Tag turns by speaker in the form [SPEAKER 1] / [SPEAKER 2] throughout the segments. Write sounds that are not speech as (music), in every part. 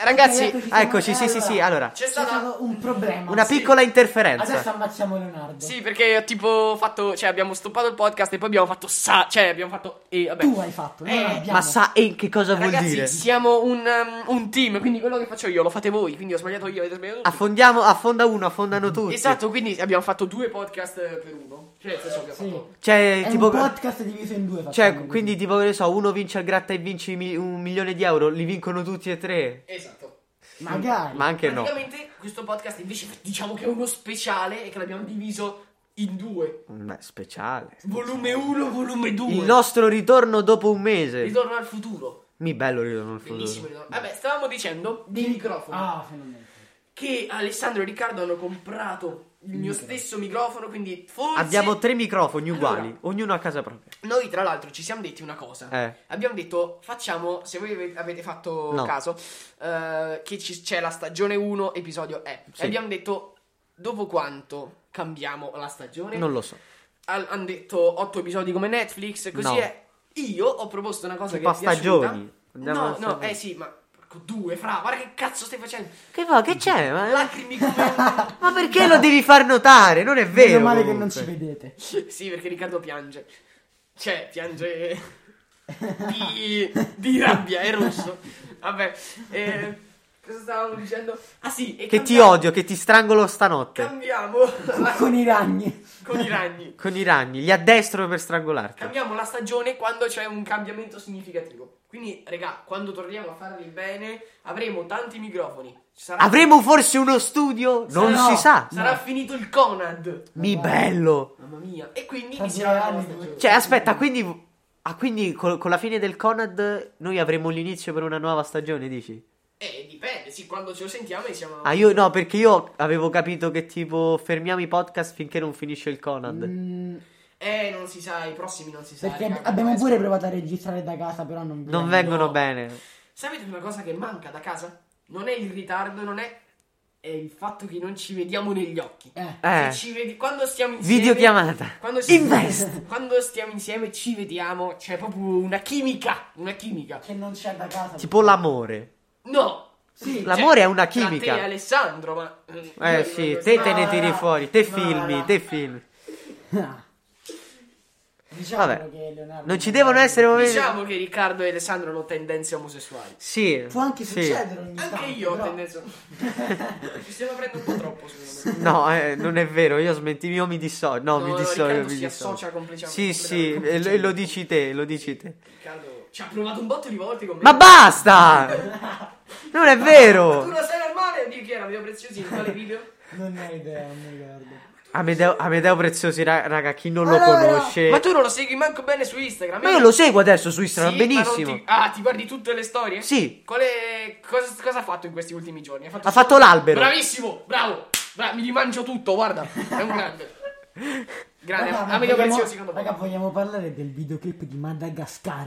[SPEAKER 1] Ragazzi,
[SPEAKER 2] Eccoci,
[SPEAKER 1] ah, eccoci, sì,
[SPEAKER 2] eh, allora.
[SPEAKER 1] sì, sì, allora.
[SPEAKER 2] C'è
[SPEAKER 1] C'è
[SPEAKER 2] stato un problema.
[SPEAKER 1] Una
[SPEAKER 2] Sì.
[SPEAKER 1] piccola interferenza.
[SPEAKER 2] Adesso ammazziamo Leonardo.
[SPEAKER 3] Sì, perché ho tipo fatto. Cioè, abbiamo stoppato il podcast e poi abbiamo fatto sa. Cioè, abbiamo fatto. E vabbè.
[SPEAKER 2] Tu hai fatto, noi
[SPEAKER 3] Eh,
[SPEAKER 2] non abbiamo.
[SPEAKER 1] Ma sa e che cosa vuol
[SPEAKER 3] Ragazzi,
[SPEAKER 1] dire?
[SPEAKER 3] siamo un, um, un team, quindi quello che faccio io lo fate voi, quindi ho sbagliato io, avete sbagliato tutti.
[SPEAKER 1] Affondiamo, affonda uno, affondano tutti.
[SPEAKER 3] Esatto, quindi abbiamo fatto due podcast eh, per uno. Cioè, nel senso che ho
[SPEAKER 2] Sì.
[SPEAKER 3] fatto.
[SPEAKER 1] Cioè,
[SPEAKER 2] È
[SPEAKER 1] tipo
[SPEAKER 2] un podcast diviso in due.
[SPEAKER 1] cioè,
[SPEAKER 2] facciamo.
[SPEAKER 1] quindi tipo che ne so, uno vince al gratta e vince i mi- un milione di euro, li vincono tutti e tre.
[SPEAKER 3] Esatto.
[SPEAKER 2] Magari.
[SPEAKER 1] Ma anche no.
[SPEAKER 3] Praticamente questo podcast invece diciamo che è uno speciale e che l'abbiamo diviso in due.
[SPEAKER 1] Mm, Beh, speciale.
[SPEAKER 3] Volume 1, volume 2.
[SPEAKER 1] Il nostro ritorno dopo un mese.
[SPEAKER 3] Ritorno al futuro.
[SPEAKER 1] Mi bello il ritorno al
[SPEAKER 3] Bellissimo
[SPEAKER 1] futuro.
[SPEAKER 3] ritorno. Vabbè, stavamo dicendo dei microfoni.
[SPEAKER 2] Ah, finalmente.
[SPEAKER 3] Che Alessandro e Riccardo hanno comprato il mio stesso microfono, quindi forse...
[SPEAKER 1] Abbiamo tre microfoni uguali,
[SPEAKER 3] Allora.
[SPEAKER 1] ognuno a casa propria.
[SPEAKER 3] Noi tra l'altro ci siamo detti una cosa.
[SPEAKER 1] Eh.
[SPEAKER 3] Abbiamo detto, facciamo, se voi ave- avete fatto
[SPEAKER 1] No.
[SPEAKER 3] caso, eh, che ci- c'è la stagione 1, episodio E.
[SPEAKER 1] Sì.
[SPEAKER 3] E abbiamo detto, dopo quanto cambiamo la stagione?
[SPEAKER 1] Non lo so.
[SPEAKER 3] hanno detto 8 episodi come Netflix, così
[SPEAKER 1] No.
[SPEAKER 3] è. Io ho proposto una cosa
[SPEAKER 1] Tipo
[SPEAKER 3] che... mi è piaciuta.
[SPEAKER 1] stagioni. Andiamo
[SPEAKER 3] No,
[SPEAKER 1] alla
[SPEAKER 3] no,
[SPEAKER 1] stagione.
[SPEAKER 3] eh sì, ma... porco Due, fra, guarda che cazzo stai facendo?
[SPEAKER 1] Che fa? Che c'è? Ma,
[SPEAKER 3] Lacrimi come...
[SPEAKER 1] (laughs) ma perché lo devi far notare? Non è vero.
[SPEAKER 2] Meno male che non
[SPEAKER 1] comunque.
[SPEAKER 2] ci vedete.
[SPEAKER 3] (laughs) sì, perché Riccardo piange. Cioè, piange
[SPEAKER 1] (laughs)
[SPEAKER 3] di, di rabbia, è rosso. Vabbè, eh, cosa stavamo dicendo? Ah sì, e
[SPEAKER 1] Che ti
[SPEAKER 3] cambiamo-
[SPEAKER 1] odio, che ti strangolo stanotte.
[SPEAKER 3] Cambiamo (laughs)
[SPEAKER 2] Con i ragni.
[SPEAKER 3] con i ragni.
[SPEAKER 1] Con i ragni, li addestro per strangolarti.
[SPEAKER 3] Cambiamo la stagione quando c'è un cambiamento significativo. Quindi, regà, quando torniamo a farvi bene, avremo tanti microfoni. Ci sarà-
[SPEAKER 1] Avremo forse uno studio? Non
[SPEAKER 2] Sarà-
[SPEAKER 1] si sa.
[SPEAKER 3] Sarà finito il Conad.
[SPEAKER 1] Mi bello.
[SPEAKER 3] Mamma mia. E quindi
[SPEAKER 2] Tra
[SPEAKER 3] inizierà la
[SPEAKER 2] due
[SPEAKER 3] nuova
[SPEAKER 2] anni,
[SPEAKER 3] stagione.
[SPEAKER 1] Cioè, aspetta, quindi. Ah, quindi col- con la fine del Conad noi avremo l'inizio per una nuova stagione, dici?
[SPEAKER 3] Eh, dipende, sì, quando ce lo sentiamo e siamo...
[SPEAKER 1] Ah, io no, perché io avevo capito che tipo fermiamo i podcast finché non finisce il Conad.
[SPEAKER 2] Mm,
[SPEAKER 3] Eh, non si sa, i prossimi non si sa.
[SPEAKER 2] perché
[SPEAKER 3] raga,
[SPEAKER 2] abbiamo
[SPEAKER 3] adesso-
[SPEAKER 2] pure provato a registrare da casa, però non
[SPEAKER 1] Non
[SPEAKER 2] viene.
[SPEAKER 1] vengono
[SPEAKER 3] no.
[SPEAKER 1] bene.
[SPEAKER 3] Sapete una cosa che manca da casa? Non è il ritardo, non è... È il fatto che non ci vediamo negli occhi.
[SPEAKER 2] Eh.
[SPEAKER 1] Eh.
[SPEAKER 3] Se ci vedi... Quando stiamo insieme...
[SPEAKER 1] Videochiamata.
[SPEAKER 3] Quando, si-
[SPEAKER 1] Invest.
[SPEAKER 3] (laughs) quando stiamo insieme ci vediamo, c'è proprio una chimica, una chimica.
[SPEAKER 2] Che non c'è da casa.
[SPEAKER 1] Tipo l'amore.
[SPEAKER 3] No! cioè,
[SPEAKER 2] Sì. (laughs)
[SPEAKER 1] La- L'amore è una
[SPEAKER 3] tra
[SPEAKER 1] chimica.
[SPEAKER 3] te e Alessandro, ma... io-
[SPEAKER 1] Eh sì, te te ne
[SPEAKER 2] no,
[SPEAKER 1] tiri
[SPEAKER 2] no.
[SPEAKER 1] fuori, te
[SPEAKER 2] No,
[SPEAKER 1] filmi,
[SPEAKER 2] no.
[SPEAKER 1] te filmi.
[SPEAKER 2] Diciamo
[SPEAKER 1] Vabbè.
[SPEAKER 2] che Leonardo
[SPEAKER 1] Non ci devono essere momenti.
[SPEAKER 3] Diciamo che Riccardo e Alessandro hanno tendenze omosessuali.
[SPEAKER 1] Sì.
[SPEAKER 2] Può anche
[SPEAKER 1] sì.
[SPEAKER 2] succedere ogni tanto.
[SPEAKER 3] Anche io ho
[SPEAKER 2] però- (laughs)
[SPEAKER 3] tendenze... Ci stiamo aprendo un po' troppo, secondo me.
[SPEAKER 1] No, eh, non è vero, io smetti, io mi dissocio. No,
[SPEAKER 3] No,
[SPEAKER 1] mi
[SPEAKER 3] no,
[SPEAKER 1] dissocio.
[SPEAKER 3] Riccardo
[SPEAKER 1] mi
[SPEAKER 3] si
[SPEAKER 1] dissocio.
[SPEAKER 3] associa completamente-
[SPEAKER 1] Sì, sì, e lo,
[SPEAKER 3] completamente.
[SPEAKER 1] e lo dici te, lo dici te.
[SPEAKER 3] Riccardo ci ha provato un botto di volte con me.
[SPEAKER 1] Ma basta!
[SPEAKER 3] (laughs)
[SPEAKER 1] Non è
[SPEAKER 3] Ma tu
[SPEAKER 1] vero!
[SPEAKER 3] non sei normale? Di chi era? Video preziosi in
[SPEAKER 1] (laughs)
[SPEAKER 3] quale video?
[SPEAKER 2] Non ne ho idea, non mi ricordo.
[SPEAKER 1] Amedeo, Amedeo Preziosi, ra- raga, chi non lo
[SPEAKER 2] Allora,
[SPEAKER 1] conosce...
[SPEAKER 3] Ma tu non lo segui manco bene su Instagram. eh?
[SPEAKER 1] Ma io lo seguo adesso su Instagram,
[SPEAKER 3] Sì, ma non
[SPEAKER 1] benissimo.
[SPEAKER 3] ti- Ah, ti guardi tutte le storie?
[SPEAKER 1] Sì.
[SPEAKER 3] Quale... Cosa, cosa ha fatto in questi ultimi giorni? Ha fatto,
[SPEAKER 1] Ha fatto l'albero.
[SPEAKER 3] Bravissimo, bravo. Bra- mi rimangio tutto, guarda. È un grande.
[SPEAKER 1] (laughs)
[SPEAKER 3] grande.
[SPEAKER 2] Raga, ma
[SPEAKER 3] a meglio
[SPEAKER 2] vogliamo-
[SPEAKER 3] prezioso secondo me.
[SPEAKER 2] Raga, vogliamo parlare del videoclip di Madagascar.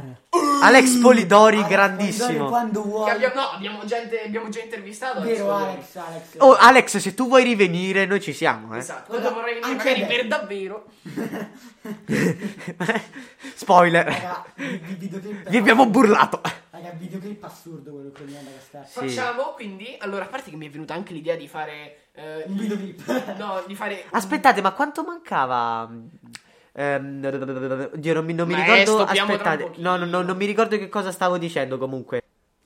[SPEAKER 1] Alex
[SPEAKER 3] Mm.
[SPEAKER 1] Polidori,
[SPEAKER 2] Alex Polidori,
[SPEAKER 1] grandissimo.
[SPEAKER 2] Quando
[SPEAKER 3] Che
[SPEAKER 2] vuoi.
[SPEAKER 3] abbiamo, no, abbiamo, gente, abbiamo già intervistato. adesso. eh.
[SPEAKER 2] Vero, Alex, Alex.
[SPEAKER 1] Oh, Alex, se tu vuoi rivenire, noi ci siamo, eh.
[SPEAKER 3] Esatto.
[SPEAKER 2] Guarda,
[SPEAKER 3] Guarda, vorrei venire
[SPEAKER 2] anche
[SPEAKER 3] magari
[SPEAKER 2] adesso.
[SPEAKER 3] per davvero.
[SPEAKER 1] (laughs) Spoiler.
[SPEAKER 2] Raga, il il videoclip.
[SPEAKER 1] Vi abbiamo burlato.
[SPEAKER 2] Raga, il videoclip assurdo quello con Madagascar.
[SPEAKER 1] Sì.
[SPEAKER 3] Facciamo quindi. Allora, a parte che mi è venuta anche l'idea di fare. eh,
[SPEAKER 2] Un
[SPEAKER 3] (laughs)
[SPEAKER 2] videoclip.
[SPEAKER 3] No, di fare.
[SPEAKER 1] Aspettate, ma quanto mancava? Ehm, oddio, non mi, non mi
[SPEAKER 3] Ma eh,
[SPEAKER 1] ricordo.
[SPEAKER 3] stoppiamo tra un
[SPEAKER 1] Aspettate,
[SPEAKER 3] pochino.
[SPEAKER 1] no, no, no, non mi ricordo che cosa stavo dicendo comunque.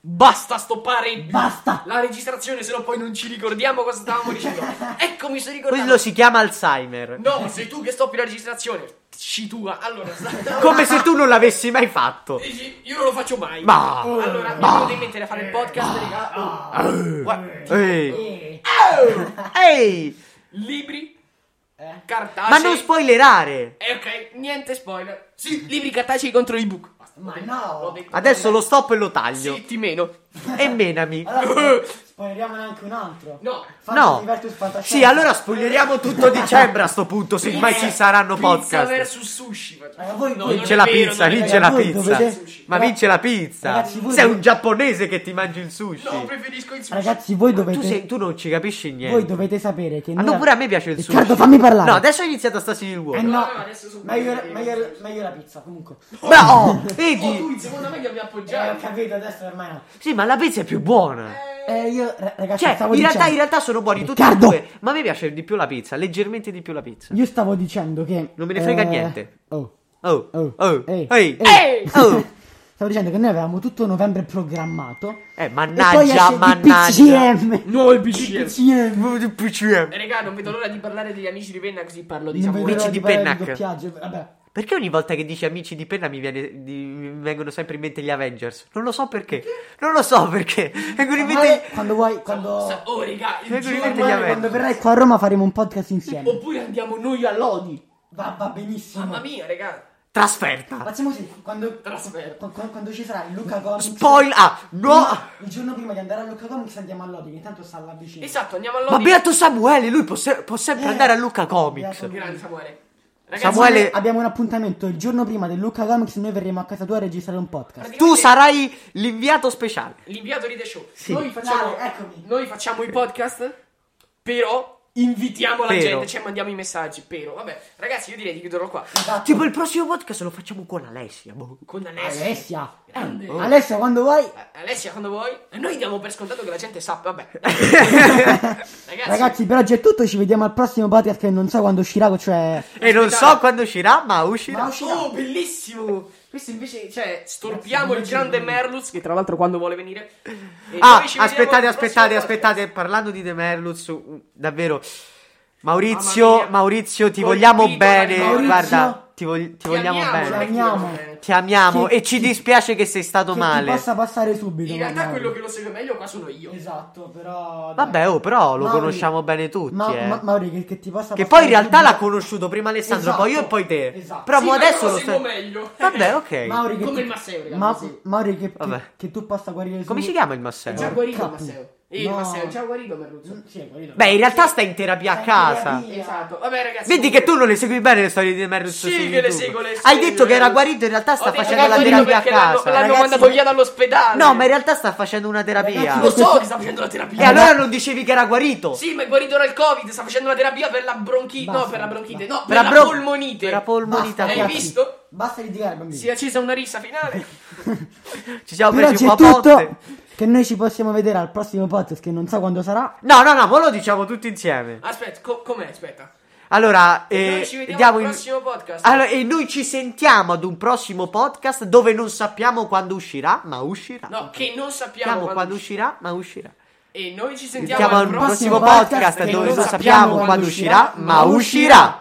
[SPEAKER 3] Basta stoppare.
[SPEAKER 2] Basta.
[SPEAKER 3] La registrazione, se no poi non ci ricordiamo cosa stavamo
[SPEAKER 1] (laughs)
[SPEAKER 3] dicendo. ecco, mi sono ricordato.
[SPEAKER 1] Quello si chiama Alzheimer.
[SPEAKER 3] No, sei tu che stoppi la registrazione. Sci tua. Allora, sta-
[SPEAKER 1] Come se tu non l'avessi
[SPEAKER 3] (laughs)
[SPEAKER 1] mai fatto.
[SPEAKER 3] Dici, Io non lo faccio mai.
[SPEAKER 1] Ma-
[SPEAKER 3] allora, mi devo rimettere a fare il podcast, raga. Oh. Guarda,
[SPEAKER 1] Ah. Ehi.
[SPEAKER 2] Ah. Eh.
[SPEAKER 1] Ehi.
[SPEAKER 3] libri,
[SPEAKER 2] Eh.
[SPEAKER 3] cartacei.
[SPEAKER 1] Ma non spoilerare.
[SPEAKER 3] Eh, ok, niente spoiler. Sì, libri cartacei contro ebook. Basta,
[SPEAKER 2] Ma
[SPEAKER 3] l'ho detto,
[SPEAKER 2] no.
[SPEAKER 3] l'ho detto.
[SPEAKER 1] Adesso lo stop e lo taglio.
[SPEAKER 3] Sì, ti meno.
[SPEAKER 1] E menami.
[SPEAKER 2] Allora,
[SPEAKER 1] (laughs)
[SPEAKER 2] spoileriamone anche un altro.
[SPEAKER 3] No.
[SPEAKER 1] No.
[SPEAKER 2] Fantasy vs. Fantascienza.
[SPEAKER 1] Sì, allora spoileriamo tutto dicembre a sto punto, semmai
[SPEAKER 3] Pizza-
[SPEAKER 1] ci saranno
[SPEAKER 3] Pizza
[SPEAKER 1] podcast.
[SPEAKER 3] versus sushi. faccio.
[SPEAKER 2] Raga, voi-
[SPEAKER 3] No, non
[SPEAKER 2] voi-
[SPEAKER 1] Vince
[SPEAKER 3] è
[SPEAKER 1] la
[SPEAKER 3] vero,
[SPEAKER 1] pizza,
[SPEAKER 3] non è
[SPEAKER 1] vince
[SPEAKER 3] vero.
[SPEAKER 1] la
[SPEAKER 2] voi
[SPEAKER 1] pizza.
[SPEAKER 2] dovete-
[SPEAKER 1] Ma vince la pizza.
[SPEAKER 2] Ragazzi, voi
[SPEAKER 1] Sei
[SPEAKER 2] dovete-
[SPEAKER 1] un giapponese che ti mangi il sushi.
[SPEAKER 3] No, preferisco il sushi.
[SPEAKER 2] Ragazzi, voi dovete,
[SPEAKER 1] Tu, sei- tu non ci capisci niente.
[SPEAKER 2] voi dovete sapere che
[SPEAKER 1] Ma
[SPEAKER 2] noi-
[SPEAKER 1] non pure a me piace il sushi.
[SPEAKER 2] Riccardo, fammi parlare.
[SPEAKER 1] No, adesso è iniziato a Stassi il
[SPEAKER 2] Eh
[SPEAKER 1] uovo.
[SPEAKER 2] no,
[SPEAKER 3] No, adesso sono
[SPEAKER 2] meglio,
[SPEAKER 3] qui.
[SPEAKER 2] meglio- meglio la pizza, comunque.
[SPEAKER 1] Ma oh,
[SPEAKER 2] (laughs)
[SPEAKER 3] Oh, tu
[SPEAKER 1] vedi?
[SPEAKER 3] in seconda media mi
[SPEAKER 2] Eh, ho
[SPEAKER 3] appoggiato.
[SPEAKER 2] capito, adesso ormai no.
[SPEAKER 1] Sì, ma la pizza è più buona.
[SPEAKER 3] Eh,
[SPEAKER 2] Eh, io, ra- ragazzi,
[SPEAKER 1] Cioè,
[SPEAKER 2] stavo
[SPEAKER 1] in realtà,
[SPEAKER 2] dicendo-
[SPEAKER 1] in realtà sono buoni tutti e
[SPEAKER 2] Riccardo!
[SPEAKER 1] due. Ma a me piace di più la pizza, leggermente di più la pizza.
[SPEAKER 2] Io stavo dicendo che.
[SPEAKER 1] Non me ne frega
[SPEAKER 2] eh,
[SPEAKER 1] niente.
[SPEAKER 2] Oh.
[SPEAKER 1] Oh,
[SPEAKER 2] Oh,
[SPEAKER 1] oh,
[SPEAKER 2] ehi,
[SPEAKER 1] ehi,
[SPEAKER 2] ehi.
[SPEAKER 1] oh.
[SPEAKER 2] (laughs) Stavo dicendo che noi avevamo tutto novembre programmato.
[SPEAKER 1] Eh,
[SPEAKER 2] e poi esce
[SPEAKER 1] mannaggia,
[SPEAKER 2] il
[SPEAKER 1] mannaggia.
[SPEAKER 2] PCM.
[SPEAKER 3] Nuovo il
[SPEAKER 2] Il
[SPEAKER 3] BCM.
[SPEAKER 2] PCM.
[SPEAKER 3] Eh, Raga, non vedo l'ora di parlare degli amici di Penna così parlo diciamo, di
[SPEAKER 2] Non vedo
[SPEAKER 3] Samurai.
[SPEAKER 2] l'ora
[SPEAKER 1] Amici
[SPEAKER 2] di
[SPEAKER 1] di
[SPEAKER 2] parlare di
[SPEAKER 1] Pennac.
[SPEAKER 2] doppiaggio. Vabbè.
[SPEAKER 1] Perché ogni volta che dici amici di penna mi, viene- di- mi vengono sempre in mente gli Avengers? Non lo so perché. Non lo so perché. Vengono in
[SPEAKER 2] Ormai,
[SPEAKER 1] mente.
[SPEAKER 2] Quando vuoi, quando.
[SPEAKER 3] Sa- Oh, raga, il
[SPEAKER 1] Vengono in
[SPEAKER 3] giorno-
[SPEAKER 1] mente gli
[SPEAKER 2] ormai
[SPEAKER 1] Avengers.
[SPEAKER 2] quando verrai qua a Roma faremo un podcast insieme.
[SPEAKER 3] Oppure andiamo noi a Lodi.
[SPEAKER 2] Va, va benissimo.
[SPEAKER 3] Mamma mia, raga.
[SPEAKER 1] Trasferta.
[SPEAKER 2] Facciamo così, quando,
[SPEAKER 3] Trasferta.
[SPEAKER 2] qu- qu- quando ci sarà il Luca Comics.
[SPEAKER 1] Spoil. Ah, no.
[SPEAKER 2] prima- Il giorno prima di andare a Luca Comics andiamo a Lodi, che intanto sta là vicino.
[SPEAKER 3] Esatto, andiamo a Lodi.
[SPEAKER 1] Ma beato Samuele, lui può, se- può sempre
[SPEAKER 2] Eh,
[SPEAKER 1] andare a Luca Comics.
[SPEAKER 2] beato lui.
[SPEAKER 3] Grande Samuele. Ragazzi,
[SPEAKER 1] Samuele-
[SPEAKER 2] Noi Abbiamo un appuntamento il giorno prima del Luca Comics. Noi verremo a casa tua a registrare un podcast.
[SPEAKER 3] praticamente
[SPEAKER 1] Tu sarai l'inviato speciale.
[SPEAKER 3] L'inviato di The Show.
[SPEAKER 1] Sì.
[SPEAKER 3] Noi, facciamo,
[SPEAKER 2] Dai, eccomi.
[SPEAKER 3] noi facciamo i podcast, però invitiamo la
[SPEAKER 1] Però.
[SPEAKER 3] gente, cioè mandiamo i messaggi, però. Vabbè, ragazzi, io direi di chiuderlo qua.
[SPEAKER 2] Esatto.
[SPEAKER 1] Tipo il prossimo podcast lo facciamo con Alessia. boh.
[SPEAKER 3] Con Alessia.
[SPEAKER 2] Alessia.
[SPEAKER 3] Grande.
[SPEAKER 2] Eh, Alessia, quando vuoi.
[SPEAKER 3] A- Alessia, quando vuoi. E Noi diamo per scontato che la gente sa, vabbè. ragazzi,
[SPEAKER 1] (laughs)
[SPEAKER 2] Ragazzi, per oggi è tutto. Ci vediamo al prossimo podcast che non so quando uscirà. Cioè.
[SPEAKER 1] E non so
[SPEAKER 3] Aspettate.
[SPEAKER 1] quando uscirà, ma uscirà. Ah,
[SPEAKER 2] Ma uscirà.
[SPEAKER 3] Oh, bellissimo! Questo invece, cioè, storpiamo il
[SPEAKER 2] Grazie,
[SPEAKER 3] grande
[SPEAKER 2] grazie.
[SPEAKER 3] Merluz, che tra l'altro quando vuole venire... E
[SPEAKER 1] Ah,
[SPEAKER 3] noi ci vediamo
[SPEAKER 1] aspettate,
[SPEAKER 3] al
[SPEAKER 1] aspettate,
[SPEAKER 3] prossimo
[SPEAKER 1] aspettate. Parlando di De Merluz, uh, davvero. Maurizio,
[SPEAKER 3] Mamma mia.
[SPEAKER 1] Maurizio, ti
[SPEAKER 3] Colpito
[SPEAKER 1] vogliamo
[SPEAKER 3] dal
[SPEAKER 1] bene.
[SPEAKER 3] Maurizio.
[SPEAKER 1] Guarda, ti, vog- ti
[SPEAKER 3] podcast.
[SPEAKER 1] vogliamo
[SPEAKER 3] Ti
[SPEAKER 1] bene.
[SPEAKER 3] amiamo,
[SPEAKER 2] Ti amiamo.
[SPEAKER 3] ragazzi.
[SPEAKER 1] Ti amiamo
[SPEAKER 2] Che-
[SPEAKER 1] e ci dispiace che sei stato
[SPEAKER 2] Che
[SPEAKER 1] male.
[SPEAKER 2] ti possa passare subito.
[SPEAKER 3] In realtà
[SPEAKER 2] magari.
[SPEAKER 3] quello che lo segue meglio qua sono io.
[SPEAKER 2] Esatto, però. dai.
[SPEAKER 1] Vabbè, oh, però lo
[SPEAKER 2] Mauri-
[SPEAKER 1] conosciamo bene tutti.
[SPEAKER 2] Ma,
[SPEAKER 1] eh.
[SPEAKER 2] ma- Mauri, che, che ti possa
[SPEAKER 1] che poi
[SPEAKER 2] passare
[SPEAKER 1] in realtà
[SPEAKER 2] subito-
[SPEAKER 1] l'ha conosciuto prima Alessandro,
[SPEAKER 2] Esatto,
[SPEAKER 1] poi io e poi te.
[SPEAKER 2] esatto.
[SPEAKER 1] Però
[SPEAKER 3] Sì,
[SPEAKER 1] mo
[SPEAKER 3] ma io
[SPEAKER 1] adesso
[SPEAKER 3] lo
[SPEAKER 1] lo
[SPEAKER 3] seguo
[SPEAKER 1] stai.
[SPEAKER 3] meglio. Eh.
[SPEAKER 1] Vabbè, ok.
[SPEAKER 2] Mauri, che
[SPEAKER 3] Come
[SPEAKER 2] ti-
[SPEAKER 3] il Masseo, ragazzi,
[SPEAKER 2] Ma-
[SPEAKER 3] sì.
[SPEAKER 2] Mauri, che, che-
[SPEAKER 1] Vabbè.
[SPEAKER 2] che tu possa guarire
[SPEAKER 1] Come si
[SPEAKER 2] subito.
[SPEAKER 1] chiama il
[SPEAKER 3] È
[SPEAKER 1] Masseo?
[SPEAKER 3] già guarito il
[SPEAKER 2] Capo.
[SPEAKER 3] Masseo. Eh, il
[SPEAKER 2] No.
[SPEAKER 3] Masseo, è già guarito Merluzzo.
[SPEAKER 2] Sì, è guarito.
[SPEAKER 1] Beh, in realtà sta in terapia a
[SPEAKER 2] Sì,
[SPEAKER 1] casa.
[SPEAKER 2] sì.
[SPEAKER 3] Esatto. Vabbè, ragazzi.
[SPEAKER 1] ah. Vedi
[SPEAKER 3] comunque-
[SPEAKER 1] che tu non le segui bene le storie di Merluz
[SPEAKER 3] Sì,
[SPEAKER 1] su
[SPEAKER 3] che le
[SPEAKER 1] YouTube.
[SPEAKER 3] seguo, le
[SPEAKER 1] Hai
[SPEAKER 3] seguo,
[SPEAKER 1] detto che era
[SPEAKER 3] ragazzi.
[SPEAKER 1] guarito, in realtà
[SPEAKER 3] Ho
[SPEAKER 1] sta
[SPEAKER 3] detto
[SPEAKER 1] facendo la
[SPEAKER 3] che è guarito
[SPEAKER 1] terapia a
[SPEAKER 3] perché l'hanno-
[SPEAKER 1] casa.
[SPEAKER 3] L'hanno
[SPEAKER 2] Ragazzi,
[SPEAKER 3] mandato via dall'ospedale.
[SPEAKER 1] No, ma in realtà sta facendo una terapia.
[SPEAKER 3] Lo
[SPEAKER 2] Ragazzi,
[SPEAKER 3] so che sta facendo la terapia.
[SPEAKER 1] E allora non dicevi che era guarito.
[SPEAKER 3] Sì, ma è guarito dal Covid, sta facendo una terapia per la bronchite. No,
[SPEAKER 2] Basta.
[SPEAKER 3] per la bronchite, no, per
[SPEAKER 1] Per
[SPEAKER 3] la
[SPEAKER 1] bro-
[SPEAKER 3] polmonite.
[SPEAKER 1] Per la polmonite.
[SPEAKER 2] Basta,
[SPEAKER 3] Hai
[SPEAKER 2] ragazzi.
[SPEAKER 3] visto?
[SPEAKER 2] Basta litigare, bambini.
[SPEAKER 3] Si è accesa una rissa
[SPEAKER 1] (laughs)
[SPEAKER 3] finale.
[SPEAKER 1] Ci siamo
[SPEAKER 2] Per oggi
[SPEAKER 1] presi
[SPEAKER 2] è
[SPEAKER 1] un po' a botte.
[SPEAKER 2] tutto. Che noi ci possiamo vedere al prossimo podcast che non so quando sarà.
[SPEAKER 1] No, no, no, ma lo diciamo tutti insieme.
[SPEAKER 3] Aspetta, co- com'è? Aspetta.
[SPEAKER 1] Allora,
[SPEAKER 3] E
[SPEAKER 1] eh,
[SPEAKER 3] noi ci vediamo
[SPEAKER 1] diamo
[SPEAKER 3] al
[SPEAKER 1] in-
[SPEAKER 3] prossimo podcast.
[SPEAKER 1] Allora, e noi ci sentiamo ad un prossimo podcast dove non sappiamo quando uscirà, ma uscirà.
[SPEAKER 3] No, che non sappiamo
[SPEAKER 1] sappiamo
[SPEAKER 3] quando,
[SPEAKER 1] quando uscirà, ma uscirà.
[SPEAKER 3] E noi ci sentiamo
[SPEAKER 1] Sentiamo al prossimo podcast
[SPEAKER 2] che
[SPEAKER 1] dove
[SPEAKER 2] non
[SPEAKER 1] non
[SPEAKER 2] sappiamo
[SPEAKER 1] sappiamo
[SPEAKER 2] quando
[SPEAKER 1] quando
[SPEAKER 2] uscirà,
[SPEAKER 1] uscirà, ma
[SPEAKER 2] ma
[SPEAKER 1] uscirà.